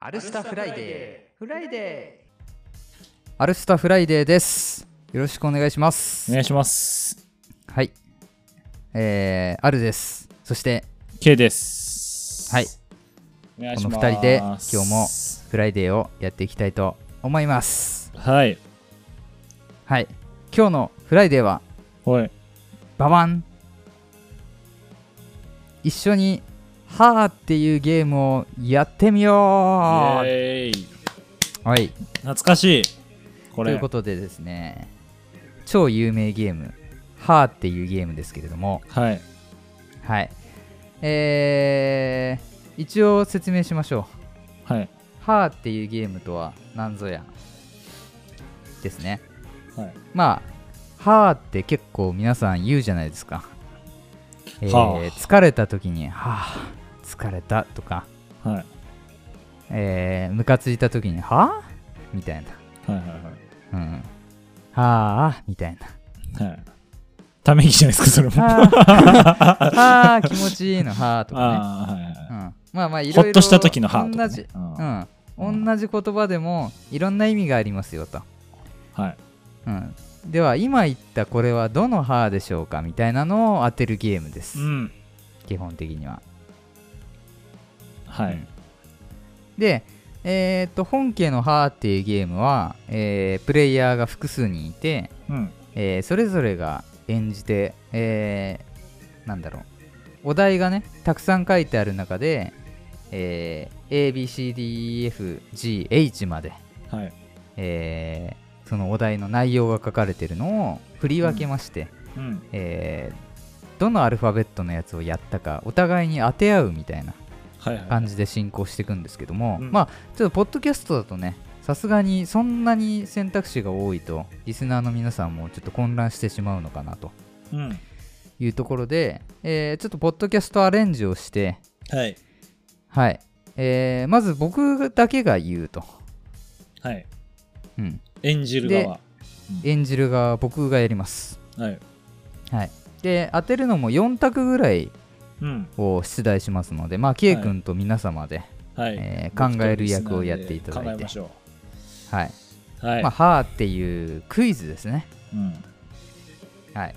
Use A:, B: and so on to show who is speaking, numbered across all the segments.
A: アルスタフライデー。
B: フライデ
A: アルスタフライデーです。よろしくお願いしま
C: お
A: す。
C: 願いします。
A: はい。えー、アルです。そして、
C: K です。
A: はい。
C: お願い
A: こ
C: し
A: の
C: ます。
A: 2人で今日もフライデーをやっていきたいと思います。
C: はい。
A: はい。今日のフライデーは、
C: はい。
A: ババン一緒に、はーっていうゲームをやってみよう
C: イ
A: は
C: エーイ
A: い。
C: 懐かしい。こと
A: いう
C: れ
A: こ。とでですね、超有名ゲーム、はーっていうゲームですけれども、
C: はい。
A: はい。えー、一応説明しましょ
C: はい。
A: う。はーっていうゲームとは何ぞや。ですね。
C: はい。
A: まあ、はーって結構皆さん言うじゃないですか。えー
C: はあ
A: 疲れた時に、はぁ、疲れたとか、
C: はい。はい。
A: えー、ムカついた時に、はぁみたい
C: はい。
A: な。うん。はぁ、みたいな。
C: はい。はい。ため息じゃないですか、それも。
A: は ぁ、はぁ気持ちいいの、はぁとかね。
C: ああ、はいはい
A: うん
C: は
A: まあまあ、いろ
C: い。
A: いろ。
C: ほっとした時のハート。
A: 同じ。
C: うんは
A: う、
C: うんん
A: 同じ言葉でもいろんな意味がありますよと、
C: い。
A: うん、では今言ったこれはどの歯でしょうかみたいなのを当てるゲームです、
C: うん。
A: 基本的には
C: は
A: う
C: い
A: ん。でえーっと本家の歯っていうゲームは、えープレイヤーが複数人いて、
C: うん。
A: えーそれぞれが演じて、えーなんだろうお題がねたくさん書いてある中で、え ABCDEFGH まで
C: はい。
A: えーそのお題の内容が書かれてるのを振り分けまして、
C: うん。
A: えーどのアルファベットのやつをやったかお互いに当て合うみたいな
C: はいはい。
A: 感じで進行していくんですけども、
C: うん
A: まあちょっとポッドキャストだとねさすがにそんなに選択肢が多いとリスナーの皆さんもちょっと混乱してしまうのかなと
C: うん。
A: いうところで、えーちょっとポッドキャストアレンジをして
C: はい。
A: はい、えーまず僕だけが言うと、
C: はい。
A: うん、
C: 演じる側。
A: 演じる側僕がやります
C: はい。
A: はい、で当てるのも4択ぐらい
C: うん。
A: を出題しますので、まあ、K 君と皆様で、
C: はい。
A: えー考える役をやっていただいて
C: 考えましょ
A: はい、
C: う。はい
A: まあ、。はーっていうクイズですね。
C: うん。
A: はい。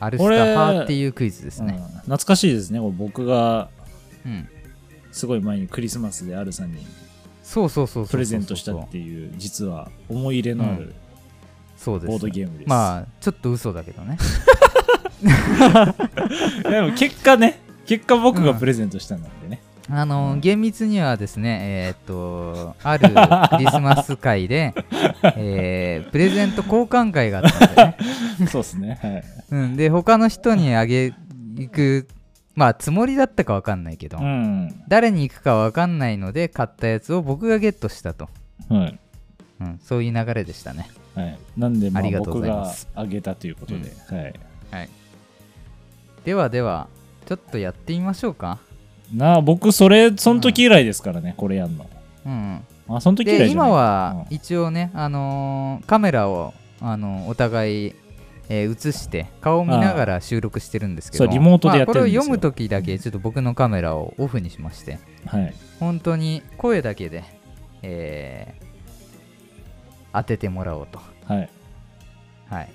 A: アルス
C: こ
A: タ
C: れ
A: はーっていうクイズです
C: うん
A: ね。
C: 懐かしいですねこれ僕が
A: うん、
C: すごい前にクリスマスでアルさんに
A: そうそうそうそうそうそう。
C: プレゼントしたっていう実は思い入れのある
A: そうです。
C: ボードゲームです、
A: まあ、ちょっと嘘だけ どね。
C: でも結果ね結果僕がプレゼントしたんなんでね、
A: あの、
C: うん
A: 厳密にはですね、えーっと、あ るクリスマス会で、えープレゼント交換会があったんでね。
C: そうですねはい
A: うん、で他の人にあげ行くまあつもりだったかわかんないけど、
C: うん
A: 誰に行くかわかんないので買ったやつを僕がゲットしたと、
C: はい、
A: うん、そういう流れでしたね
C: はい、なんで、ま
A: あ
C: あ、
A: りがとうご
C: 僕
A: ざいま
C: が
A: す
C: あげたということで、はい
A: ではではちょっとやってみましょうか
C: なあ僕それその時以来ですからね、これやんの
A: うん
C: あその時以来じゃ
A: で
C: ない
A: 今は
C: うん
A: 一応ね、あのーカメラを、あのーお互い、えー映して顔を見ながら収録してるんですけど
C: そうリモートでやってる
A: ま
C: ん
A: あこれ
C: です
A: を
C: よ
A: 読む時だけちょっと僕のカメラをオフにしまして
C: はい
A: 本当に声だけで、えー当ててもらおうと。
C: はい
A: はい。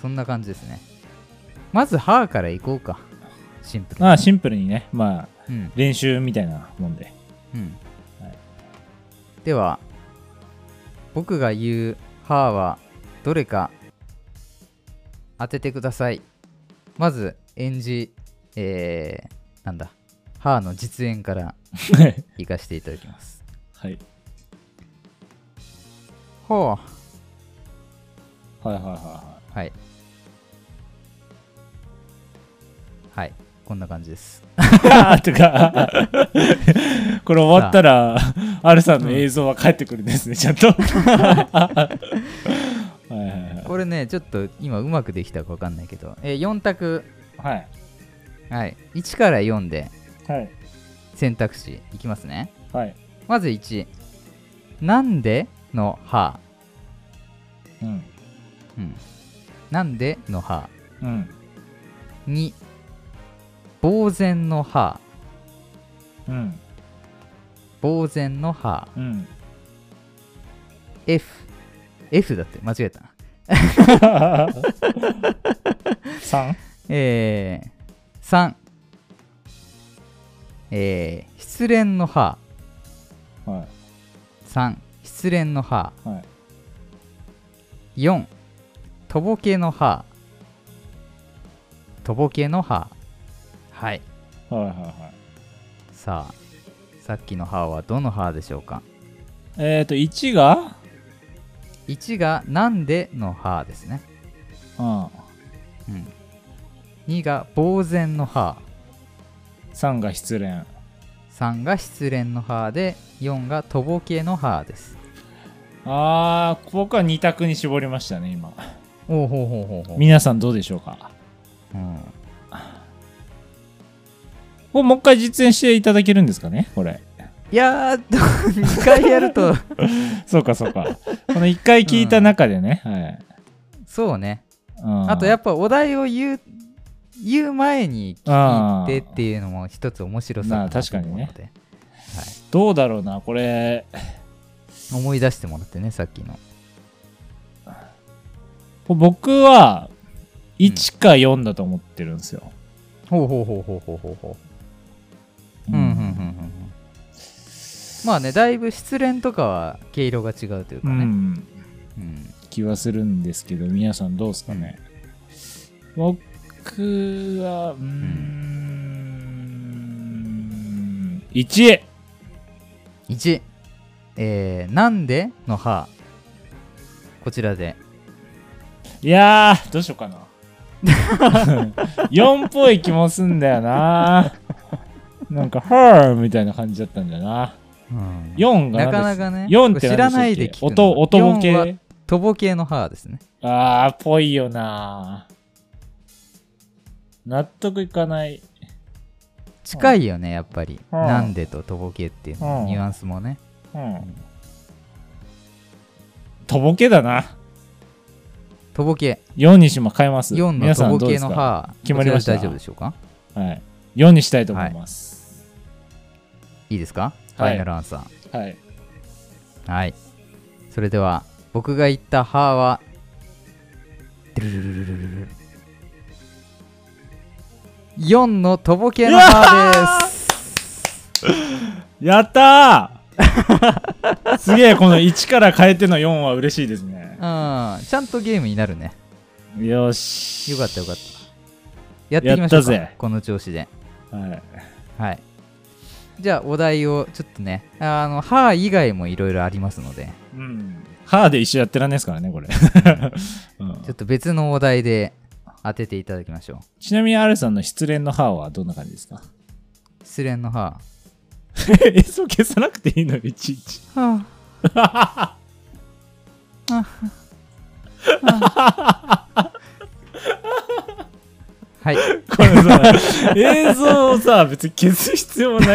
A: そんな感じですね。まず、歯からいこうか。シンプルに。
C: まあシンプルにねまあ
A: うん。
C: 練習みたいなもんで
A: うん。
C: はい
A: では、僕が言う歯はどれか当ててください。まず、演じ、えー、なんだ、歯の実演からいかしていただきます。
C: はい
A: ほ
C: はいはいはいは
A: う。はい。はい。こんな感じです。
C: あーとか、これ終わったら、アルさんの映像は返ってくるんですね、ちゃんと。はいはい
A: これね、ちょっと今うまくできたかわかんないけど、えー、4択、
C: はい。
A: はい。1から4で
C: はい。
A: 選択肢いきますね。
C: はい。
A: まず1。なんでの歯。
C: うん。
A: うん。なんでの歯。
C: うん。
A: 2。呆然の歯。
C: うん。
A: 呆然の歯
C: うん
A: F F だって間違えたな
C: 三
A: えー、3えー、失恋の歯
C: は
A: 3失恋の歯
C: いはい
A: 4とぼけの歯とぼけの歯はい
C: はいはいはい
A: さあさっきの歯はどの歯でしょうか
C: えっ、と1が
A: 1が「なんで」の歯ですね、
C: うん
A: うん、2が「呆然」の歯
C: 3が失恋
A: 3が「失恋」の歯で4が「とぼけ」の歯です
C: あー僕は2択に絞りましたね今
A: おおほうほうほうほう、
C: 皆さんどうでしょうか
A: うん、
C: これもう一回実演していただけるんですかねこれ
A: いやー2回やる と
C: そうかそうかこの1回聞いた中でね、はい
A: そうね
C: うん
A: あとやっぱお題を言う言う前に聞いてっていうのも一つ面白さ
C: まあ確かに
A: と思
C: ね
A: うので
C: どうだろうなこれ
A: 思い出してもらってねさっきの
C: 僕は1か4だと思ってるんですよ、
A: ほうほうほうほうほうほうほううんうんうんうんうんまあねだいぶ失恋とかは毛色が違うというか
C: う
A: ね、
C: ん
A: うん
C: 気はするんですけど皆さんどうですかね、僕はうーん1
A: 1、えーなんで?」の「は」こちらで
C: いやーどうしようかな4っぽい気もすんだよななんか「her」みたいな感じだったんだよな
A: うん
C: 4が
A: なかな
C: 何です
A: かね
C: 4って
A: 知らないで聞く
C: 音音ボ
A: 4は
C: ケ
A: とぼけの「は」ですね
C: あーぽいよな納得いかない
A: 近いよねやっぱり「
C: うん
A: なんで?」と「とぼけ」っていうの
C: うん
A: ニュアンスもね
C: うんとぼけだな
A: とぼけ
C: 4にしま変えます
A: 4の
C: 皆さん
A: とぼ
C: どうで
A: け
C: す
A: の
C: か、
A: 歯
C: 決まりました
A: こちらで大丈夫でしょうか
C: はい、4にしたいと思います
A: いいですか、
C: はい
A: ファイナルアンサ
C: はい、
A: ーはいそれでは僕が言った歯はドゥルルルルルルルル4のとぼけの歯です
C: やったー すげえこの1から変えての4は嬉しいです
A: う
C: ね
A: んちゃんとゲームになるね
C: よし
A: よかったよかったやっていきましょ
C: や
A: う
C: ったぜ
A: かこの調子で
C: た、はい、
A: はい。じゃあ、お題をちょっとね、あの、歯以外もいろいろありますので、
C: うん歯で一緒やってらんないですからねこれ、 うん
A: ちょっと別のお題で当てていただきましょ
C: ちなみに R さんの失恋の歯はどんな感じです か
A: う。失恋の歯。
C: えそう消さなくていいのよいちいち
A: はあ。はい。
C: これさ映像をさ別に消す必要ないんで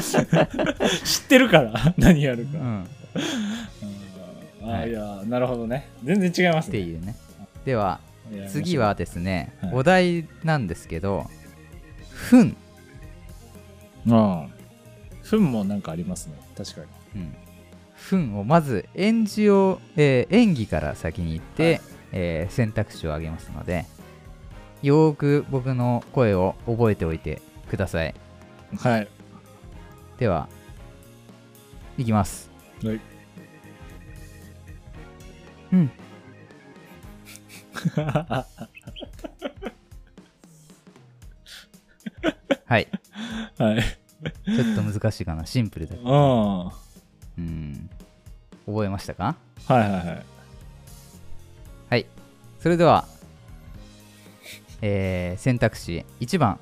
C: すよこれ知ってる から何やる
A: う
C: か、
A: ん。
C: あ
A: は
C: ー
A: い
C: いやーなるほどね全然違いま
A: っ
C: す
A: て
C: ね
A: いうね。では、
C: いや
A: 次はですね
C: は、い
A: お題なんですけど、ふん。
C: うん糞もなんかありますね確かに
A: うん、フンをまず演じを、えー演技から先に行って、
C: はい
A: えー選択肢を挙げますのでよーく僕の声を覚えておいてください
C: はい
A: では行きます
C: はい
A: うんはい
C: はい
A: ちょっと難しいかなシンプルだけ
C: う
A: ど
C: んは
A: うん覚えましたか
C: いはいはい
A: はい。それでは、えー選択肢1番。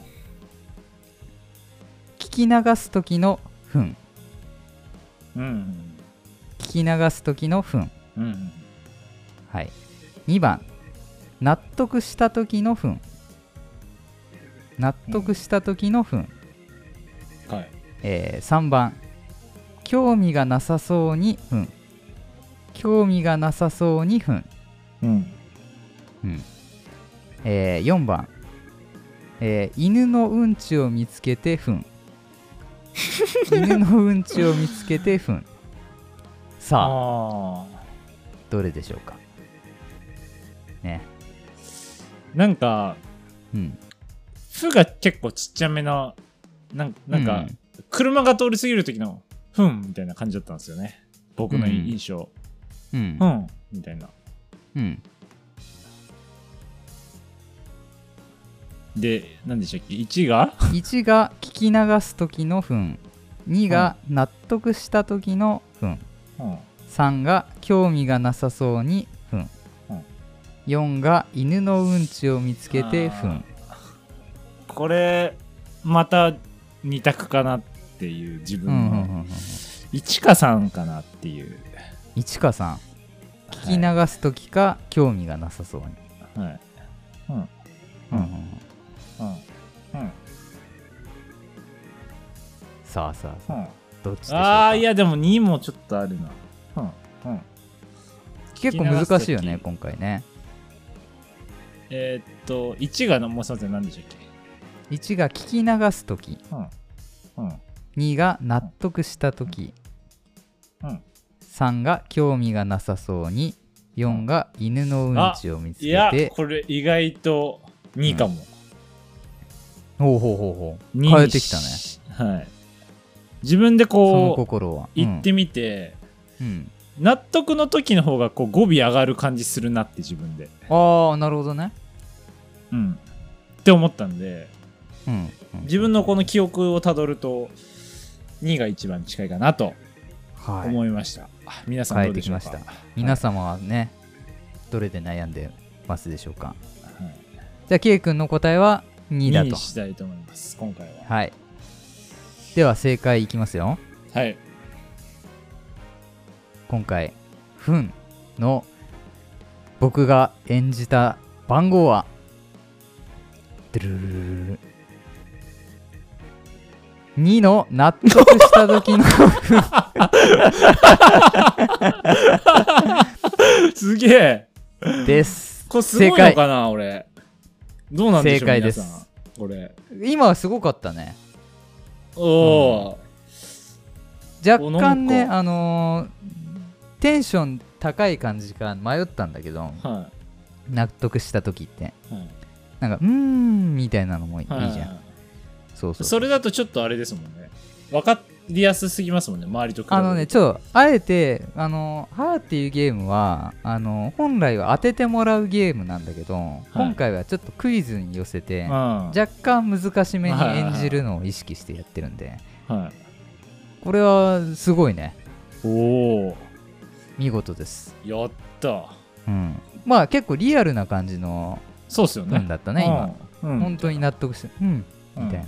A: 聞き流す時の糞。
C: うん
A: 聞き流す時の糞。
C: うん
A: はい。2番。納得した時の糞。納得した時の糞。
C: はい
A: えー3番。興味がなさそうに糞。興味がなさそうに糞。
C: うん
A: うんえー4番、えー犬のうんちを見つけてふん犬のうんちを見つけて糞さあ
C: あ
A: どれでしょうかね
C: ーなんか
A: うん
C: 「ふ」が結構ちっちゃめななんなん
A: う
C: か、
A: ん
C: 車が通り過ぎる時の「ふん」みたいな感じだったんですよね僕の
A: うん
C: 印象
A: うん
C: 「ふ、ん」みたいな
A: うん
C: で何でしたっけ1が
A: 1が聞き流す時の糞2が納得した時の糞
C: うん
A: 3が興味がなさそうに糞
C: うん
A: 4が犬のうんちを見つけて糞
C: これまた2択かなっていう自
A: う
C: 分
A: んうんう
C: の
A: んうん
C: 1か3かなっていう、
A: 市川さん
C: はい
A: 聞き流す時か、興味がなさそうに
C: はい
A: うんうんうん
C: うんうん
A: さあさあさあ
C: うん
A: どっちでしょうか
C: あーいやでも2もちょっとあるなうんうん
A: 結構難しいよ
C: 聞き流
A: ね
C: す時
A: 今回ね
C: えーっと1がなもうすいません何でしたっけ
A: 1が聞き流す時
C: うんうん
A: 2が納得した時
C: うん
A: 3が興味がなさそうに4が犬のうんちを見つ
C: い
A: け
C: や
A: て
C: これ意外と2かも、
A: ほうほうほうほう
C: 二に
A: 変えてきたね
C: しはい自分で
A: その
C: こう
A: 心は
C: 言ってみて、
A: うんうん
C: 納得の時の方がこう語尾上がる感じするなって自分で
A: ああなるほどね
C: うんって思ったんで
A: うんうん
C: 自分のこの記憶をたどると2が一番近いかなと
A: はい
C: 思いました、皆さんどうでしょうか
A: 変えてき皆様はねどれで悩んでますでしょうか
C: はい
A: じゃあ K 君の答えは2だ
C: に
A: と
C: したいと思います今回は
A: はいでは正解いきますよ
C: はい
A: 今回「ふん」の僕が演じた番号はドゥルルルルル2の納得した時の
C: すげえ
A: です
C: これすごいのかな俺どうなんでしょう
A: 正解です
C: 皆さんこれ
A: 今はすごかったね
C: おお
A: 若干ね
C: おなんか
A: あのーテンション高い感じか迷ったんだけど
C: ー、は
A: 納得した時って
C: いはい
A: なんか「うーん」みたいなのもいいじゃん、
C: はい
A: そうそう
C: それだとちょっとあれですもんね分かりやすすぎますもんね周りと比べて
A: あのね、ちょっと、あえて、あの、ハーっていうゲームは、あの、本来は当ててもらうゲームなんだけど、今回はちょっとクイズに寄せて、
C: うん
A: 若干難しめに演じるのを意識してやってるんで、
C: はい、
A: これはすごいね。
C: おお
A: 見事です。
C: やった
A: うん。まあ結構リアルな感じの
C: そうっすよね
A: 分だったね、今。
C: 今、うん
A: 本当に納得して、うん、
C: うん
A: みたいな。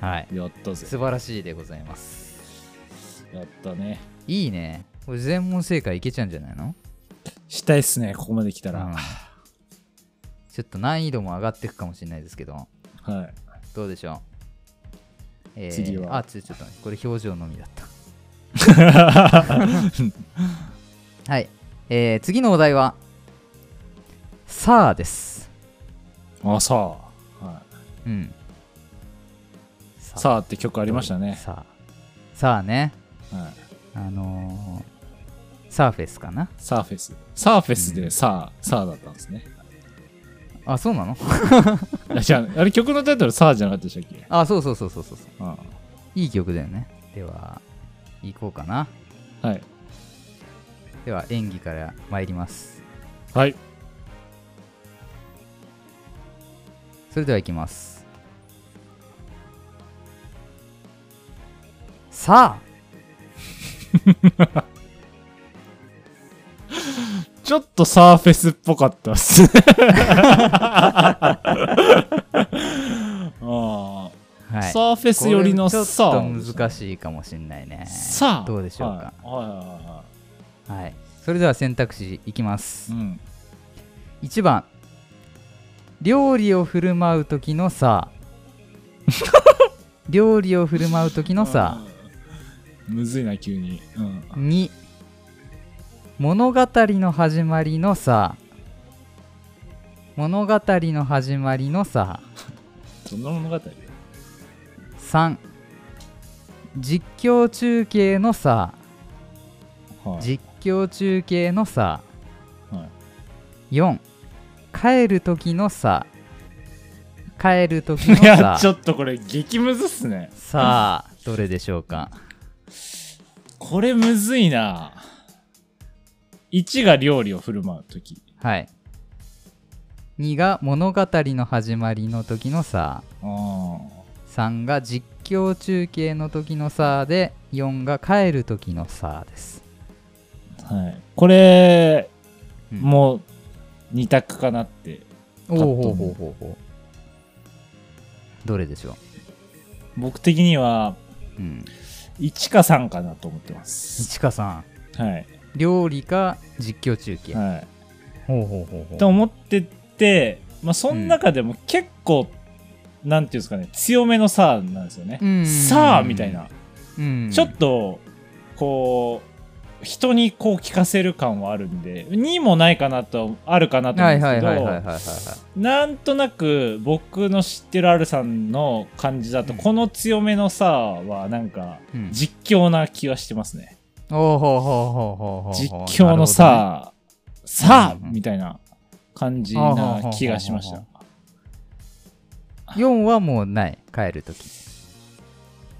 A: はい。
C: やったぜ
A: 素晴らしいでございます。
C: やったね
A: いいね。これ全問正解いけちゃうんじゃないの
C: したいっすねここまで来たら、
A: うんちょっと難易度も上がっていくかもしれないですけど、
C: はい
A: どうでしょう、えー
C: 次は
A: あ、ちょ、ちょっと待って、これ表情のみだった。はい。えー次のお題は、さあです。
C: あさあ、は
A: うん。
C: い、
A: あ、
C: さあって曲あ
A: あ
C: りましたね、
A: さあ。さあね。
C: はい、
A: あのーサーフェスかな。
C: サーフェスサーフェスでさあ、さあだったんですね
A: あ、そうなの
C: あじゃああれ曲のタイトルさあじゃなかったでしたっけ
A: あ、そうそうそうそうそうそう。
C: うん
A: いい曲だよね。では、行こうかな。
C: はい
A: では、演技から参ります。
C: はい
A: それでは行きますさあ
C: ちょっとサーフェスっぽかったっ すねああ、
A: はい
C: サーフェス寄りの
A: これ
C: さあ
A: ちょっと難しいかもしれないね
C: さあ
A: どうでしょうか
C: はいはいはいは
A: はいそれでは選択肢いきます
C: い、うん、
A: 1番料理を振る舞う時の さあ料理を振る舞う時のさ
C: うんむずいな急に、うん、
A: あ2物語の始まりのさあ物語の始まりのさあ
C: どんな物語
A: 3実況中継のさ
C: はい
A: 実況中継の さ、
C: は
A: 4帰る時のさ帰る時の
C: いや
A: さ
C: ちょっとこれ激ムズっすね
A: さあどれでしょうか
C: これむずいな1が料理を振る舞う時
A: はい2が物語の始まりの時のさ
C: あ
A: 3が実況中継の時のさで4が帰る時のさです、
C: あはいこれ
A: うん
C: もう2択かなって
A: おうほうほうほうほうどれでしょ
C: 僕的には
A: う、うん、
C: 1か3かなと思ってます
A: 市川さん
C: はい
A: 料理か実況中継、
C: はい
A: ほうほうほうほう
C: と思ってて、まあ、その中でも結構、なんていうんですかね強めの「さあ」なんですよね
A: うん
C: 「さあ」みたいな、
A: うん
C: ちょっとこう人にこう聞かせる感はあるんで2もないかなとあるかなと思
A: は
C: うん
A: い
C: です
A: は
C: け
A: いはいはいはい
C: ど
A: はい
C: なんとなく僕の知ってるアルさんの感じだと、
A: うん
C: この強めの「さあ」はなんか
A: うん
C: 実況な気はしてますね、
A: おうほうほうほうほうほう
C: 実況の「
A: あ
C: さあ」さあ
A: うんうん
C: みたいな感じな気がしまし
A: あ
C: た
A: は。4はもうない帰る時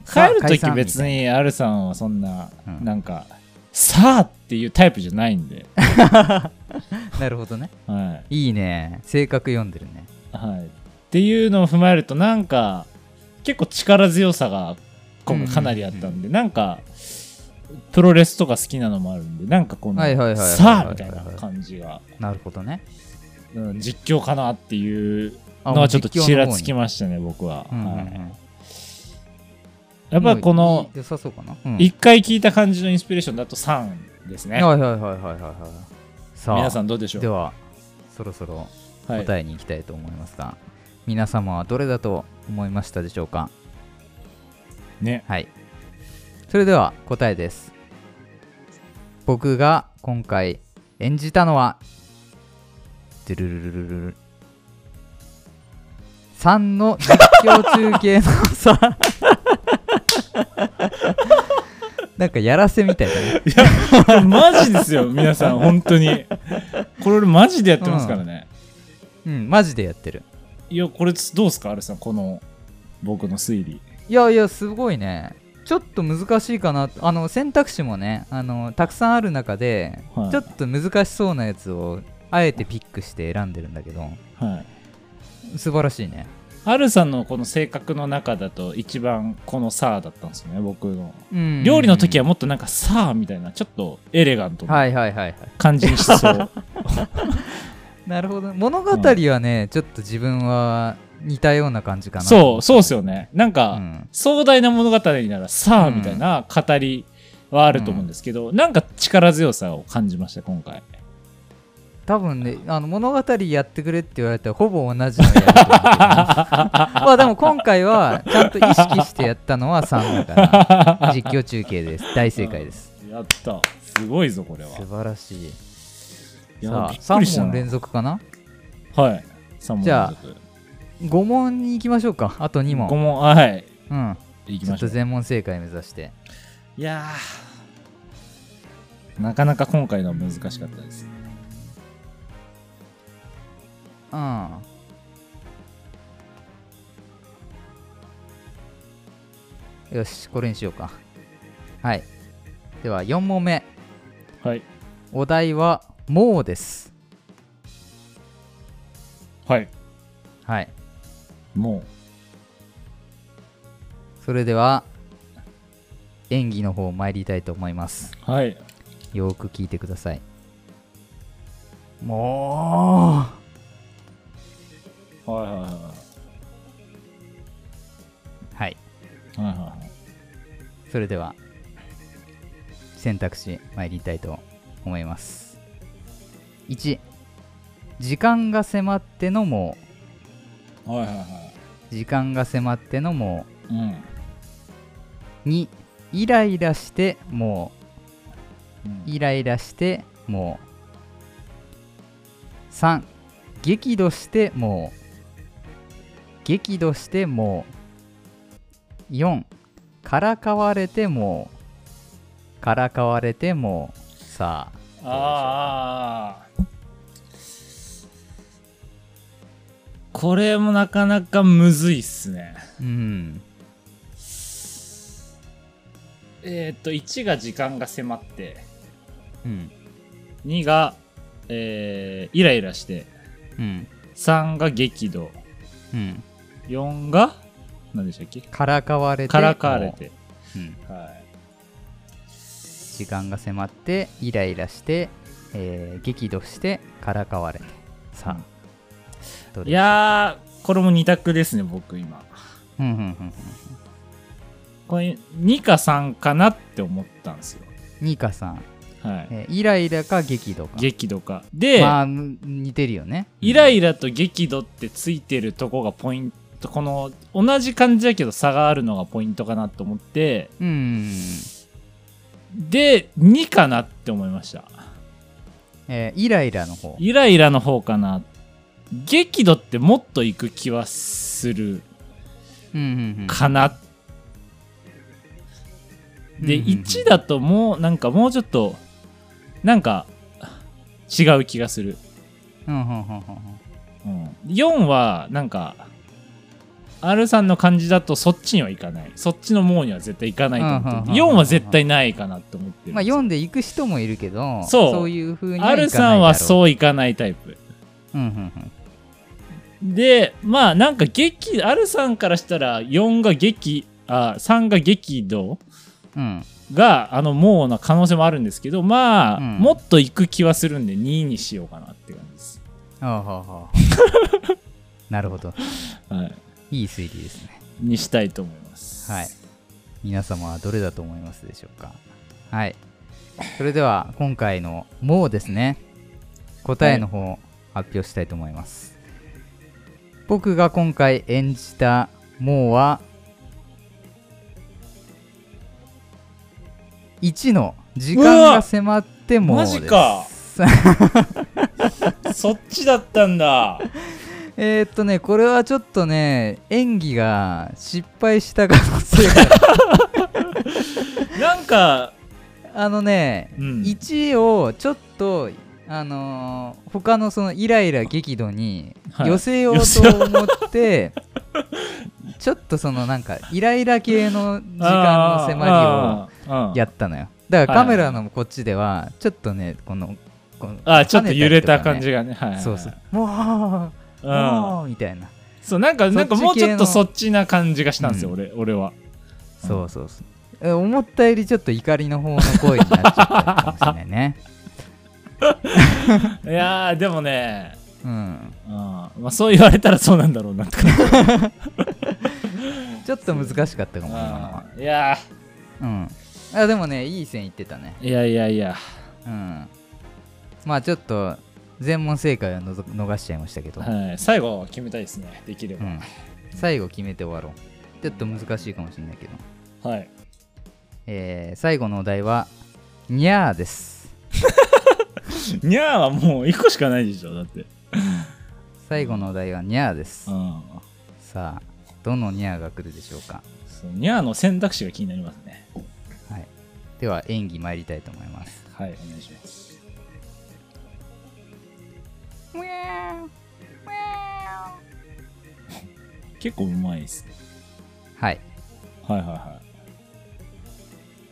A: さあ
C: 帰る
A: 解
C: とき
A: 散
C: 別に R さんはそんな、
A: うん
C: なんか、さあっていうタイプじゃないん で、
A: なるほどね
C: はい
A: いね性格読んでるね
C: い。はい。っていうのを踏まえると、なんか、結構力強さが今回かなりあったんで、なんか、プロレスとか好きなのもあるんで、なんかこの
A: はいはいはいはい、はい
C: さあみたいな感じが、
A: なるほどね
C: うん実況かなっていう
A: あ
C: のはちょっと
A: もう実況
C: ち
A: の
C: ら
A: 方に
C: つきましたね、僕は。
A: うんうんうん
C: はいやっぱ
A: も
C: この
A: う、良さそうかな、うん
C: 一回聞いた感じのインスピレーションだと3ですね。
A: はいはいはいはいはいはいさあ
C: 皆さんどうでしょう
A: ではそろそろ
C: はい
A: 答えに行きたいと思いますが、皆様はどれだと思いましたでしょうか
C: ね。
A: はいそれでは答えです僕が今回演じたのはドゥルルルルルル3の実況中継のさなんかやらせみたいだね
C: いや、これマジですよ、皆さん、本当に。これ俺マジでやってますからね。
A: うんマジでやってる
C: いや、これどうですか、あれさん、この僕の推理。
A: いやいやすごいねちょっと難しいかなあの選択肢もねあのたくさんある中で、
C: はい
A: ちょっと難しそうなやつをあえてピックして選んでるんだけど
C: はい。
A: 素晴らしいね
C: あるさんのこの性格の中だと一番このさあだったんですよね、僕の。
A: うん
C: 料理の時はもっとなんかさあみたいな、ちょっとエレガントな
A: はいはいはいはい
C: 感じにしそう。
A: なるほど物語はね、ちょっと自分は似たような感じかな
C: そう、そうっすよね。なん
A: う
C: か、
A: ん
C: 壮大な物語ならさあみたいな語りはあると思うんですけど、なんか力強さを感じました、今回。
A: 多分ねあの物語やってくれって言われたらほぼ同じのやると思うけどね まあでも今回はちゃんと意識してやったのは3だから実況中継です大正解です
C: やったすごいぞこれは
A: 素晴らしい
C: いや
A: さあ
C: びっくりし
A: 3
C: た
A: 問
C: な
A: 連続かな
C: はい3問
A: じゃあ
C: 連続
A: 5問に行きましょうかあと2
C: 五
A: 問
C: 問あはい
A: うん
C: いき
A: ちょ
C: ま
A: っ
C: し
A: と
C: ょう
A: 全問正解目指して
C: いやーなかなか今回のは難しかったです
A: うんよしこれにしようかはいでは4問目
C: はい
A: お題は「もう」です
C: はい
A: はい
C: も
A: それでは演技の方参りたいと思います
C: うはい
A: よーく聞いてくださいもう
C: はいはいは
A: はい
C: いはいはいはい
A: それでは選択肢参りたいと思います1時間が迫ってのも
C: はいはいは
A: う時間が迫ってのも
C: いうん
A: う2イライラしても
C: うん
A: うイライラしてもう3激怒してもう激怒してもう4からかわれてもからかわれてもさあ
C: ああこれもなかなかむずいっすね
A: うん
C: えっ、と1が時間が迫って
A: うん
C: 2が、えーイライラして
A: うん
C: 3が激怒
A: うん
C: 4が何でしたっけ
A: からかわれても
C: からかわれ、て、
A: うん
C: はい、
A: 時間が迫ってイライラして、えー激怒してからかわれてさあどれ
C: いやーこれも2択ですね僕今
A: うんうんうんうん
C: これ2か3かなって思ったんですよ
A: ニカさん、
C: はい
A: えーイライラか激怒か
C: 激怒かで、
A: まあ似てるよね
C: イライラと激怒ってついてるとこがポイントこの同じ感じだけど差があるのがポイントかなと思って
A: うん、
C: で2かなって思いました
A: えーイライラの方
C: イライラの方かな激怒ってもっといく気はする
A: うんうんうん
C: かな、で
A: うんうんうん
C: 1だともうなんかもうちょっとなんか違う気がする、
A: うんうんうんうん
C: うん、4はなんか R さんの感じだとそっちにはいかないそっちのもうには絶対いかないと思って
A: うんうんうんうん
C: 4は絶対ないかなと思ってるん
A: まあ
C: ですよ
A: 読んでいく人もいるけど
C: そう
A: いうふうにはいかない
C: R さんは
A: う
C: そういかないタイプ
A: うんうんうん
C: でまあなんか激 R さんからしたら4が激あ3が激怒
A: うん
C: があのもうな可能性もあるんですけどまあ、
A: うん
C: もっといく気はするんで2にしようかなって感じです、
A: ああはあはあなるほど
C: はい、
A: いい推理ですね
C: にしたいと思います
A: はい皆様はどれだと思いますでしょうかはいそれでは今回の「もう」ですね答えの方発表したいと思います、僕が今回演じた「もう」は1の時間が迫ってもうです
C: うわマそっちだったんだ
A: えーっとねこれはちょっとね演技が失敗した可能性があ る
C: なんか、
A: あのね
C: うん、
A: 1をちょっとあのー他のそのイライラ激怒に
C: はい
A: 寄せようと思って、 ちょっとそのなんかイライラ系の時間の迫
C: り
A: り
C: を
A: をやったのよだからカメラのこっちではちょっとねこのこの
C: あちょっと揺れた
A: 跳
C: 感
A: ね
C: じがねはいはい
A: りとかね
C: はい
A: そうそうもう
C: うん
A: もうみたいな
C: そうなんかなんかもうちょっと
A: そ
C: そ
A: っ
C: っちな感じがしたんですよ、
A: うん
C: 俺俺は
A: そうそうそうえ思ったよりちょっと怒りの方の声になっちゃったかもしれないね
C: いやーでもね
A: うん
C: うんまあ、そう言われたらそうなんだろうなとか
A: ちょっと難しかったかも今のは
C: うんいや
A: うんあでもねいい線いってたね
C: ーいやいやいや
A: うんまあちょっと全問正解はのぞ逃しちゃいましたけど、
C: はい、最後は決めたいですね、できれ
A: う
C: ば。
A: ん、最後決めて終わろうちょっと難しいかもしれないけど、
C: はい。
A: えー最後のお題は「にゃー」です
C: にゃーはもう1個しかないでしょ、だって。
A: 最後のお題は「にゃー」です、
C: うん。
A: さあどのにゃーが来るでしょうか、
C: そうにゃーの選択肢が気になりますね。
A: はい、では演技参りたいと思います
C: はい、お願いします。結構うまいですね。
A: はい
C: はいはいは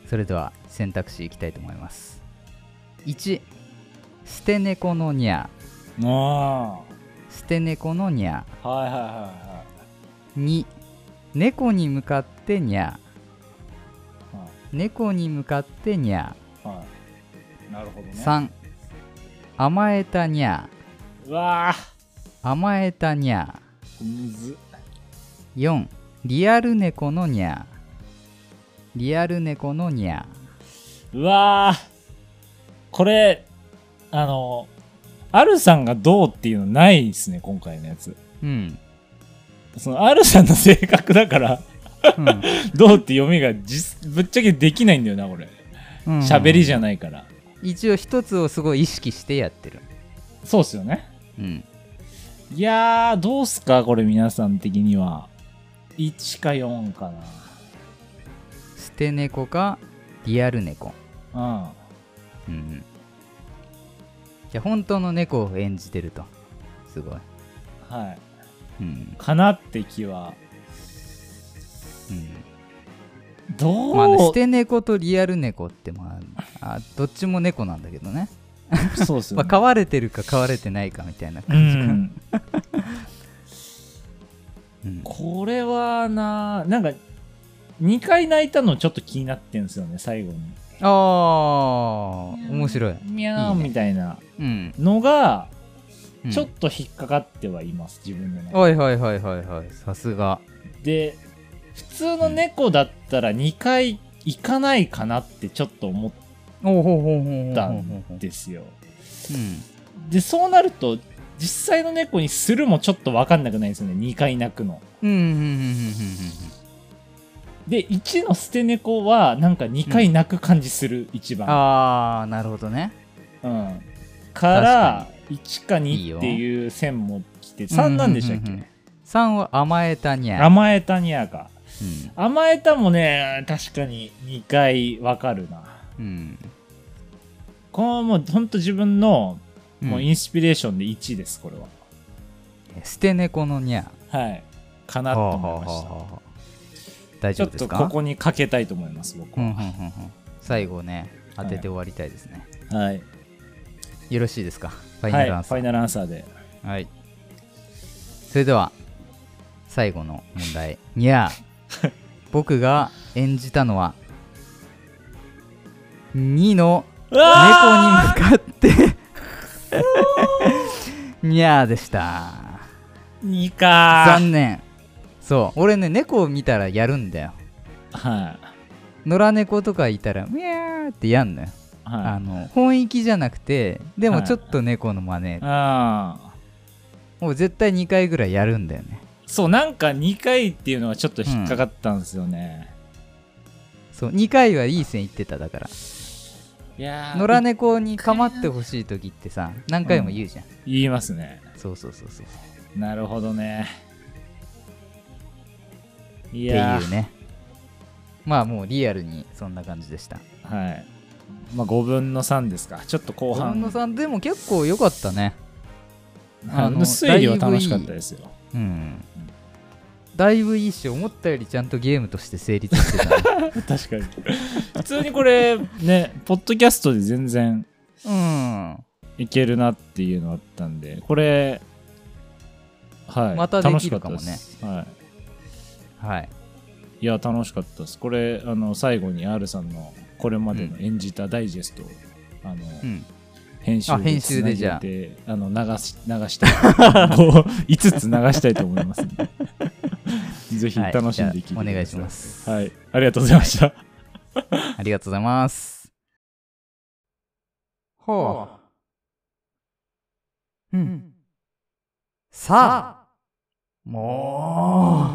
C: い。
A: それでは選択肢いきたいと思います1捨て猫のにゃ
C: あ
A: ー捨て猫のにゃ
C: あ。はいはいは
A: ー2猫に向かってにゃ
C: いはい。
A: ー猫に向かってにゃ
C: はい。はい、なるほどね。
A: ー3甘えたにゃ
C: うわあ。
A: ー甘えたにゃ
C: むずっ。
A: ー4リアル猫のにゃーリアル猫のにゃ
C: うわあ。これ、あの、アルさんがどうっていうのないですね、今回のやつ。
A: ーうん、
C: その、アルさんの性格だから。
A: うん
C: どうって読みが実ぶっちゃけできないんだよなこれ
A: うん、
C: 喋りじゃ
A: ん
C: ないから
A: 一応一つをすごい意識してやってる
C: そうっすよね
A: うん
C: いやーどうすかこれ皆さん的には1か4かな
A: 手猫かリアル猫
C: うん
A: うんうんじゃあ本当の猫を演じてるとすごい
C: はい
A: うん
C: かなって気は
A: うん
C: どう、
A: まあね、捨て猫とリアル猫って、まあ、あどっちも猫なんだけどね、
C: そうっすよ
A: まあ、
C: ね、
A: 飼われてるか飼われてないかみたいな
C: う
A: 感じかな、
C: ん
A: うん
C: これはななんか2回泣いたのちょっと気になってんすよね最後に
A: ああ面白い、
C: ミャー
A: いいね
C: みたいな
A: うん
C: のが
A: うん
C: ちょっと引っかかってはいます、自分の中で
A: はいはいはいはいはいさすが
C: で普通の猫だったら2回行かないかなってちょっと思っ
A: おうほうほうほうほう
C: た
A: ほうほうん
C: ですよ
A: うん
C: でそうなると実際の猫にするもちょっと分かんなくないですよね2回鳴くの
A: うんうんうん
C: で1の捨て猫はなんか2回鳴く感じする、一
A: うん
C: 番
A: ああなるほどね
C: うんから1か2っていう線も来て3なんでしたっけ、
A: うんうんうんうん3は甘えたにゃ、
C: 甘えたにゃが
A: うん
C: 甘えたもね確かに2回分かるな
A: うん
C: このもうほんと自分の
A: うん
C: もうインスピレーションで1ですこれは、
A: 捨て猫のにゃ
C: はいかなと思いまし
A: はあ
C: た
A: はあはあはあ大
C: ち
A: 丈
C: ょ
A: 夫
C: っ
A: です
C: と
A: か
C: ここにかけたいと思います僕
A: うんうんう
C: は
A: んう、ん最後ね当てて終わりたいですね、
C: はい
A: よろしいですかファイ
C: は
A: ナ
C: いフ
A: ルアンサ
C: ァイ
A: ー
C: ナルアンサーで
A: はい、それでは最後の問題にゃー 僕が演じたのは2の
C: 猫に
A: 猫に向かって にゃーでした
C: 2か
A: 残念そう俺ね猫を見たらやるんだよ
C: はい
A: 野良猫とかいたら「みゃー」ってやんのよあ
C: はい
A: の本域じゃなくてでも
C: はい
A: ちょっと猫の真似
C: あー
A: もう絶対2回ぐらいやるんだよね
C: そうなんか2回っていうのはちょっと引っかかったんですよね、
A: そう2回はいい線いってただから
C: いやー
A: 野良猫に構ってほしい時ってさ何回も言うじゃん、
C: 言いますね
A: そうそうそうそうっ
C: なるほどねい
A: てい
C: やー
A: うねまあもうリアルにそんな感じでした
C: はいまあ5分の3ですかちょっと後
A: 小
C: 半
A: 野さんでも結構良かったね
C: あ
A: あ
C: の
A: の
C: 推理は楽しかったですよ
A: うんだいぶいいし思ったよりちゃんとゲームとして成立して たね
C: 確かに普通にこれねポッドキャストで全然
A: うん
C: いけるなっていうのあったんでこれはい
A: またできるかもね
C: 楽しかったです
A: はい
C: はい、いや楽しかったですこれあの最後に R さんのこれまでの演じたダイジェストを、あの
A: うん
C: 編集
A: あ編集でじゃあ
C: であの流し流したいこう5つ流 したいと思いますんでぜひ
A: はい
C: 楽しんで聞いてください、
A: じゃあお願いします
C: はいありがとうございました
A: ありがとうございます。ほう。うん。さあ。もう。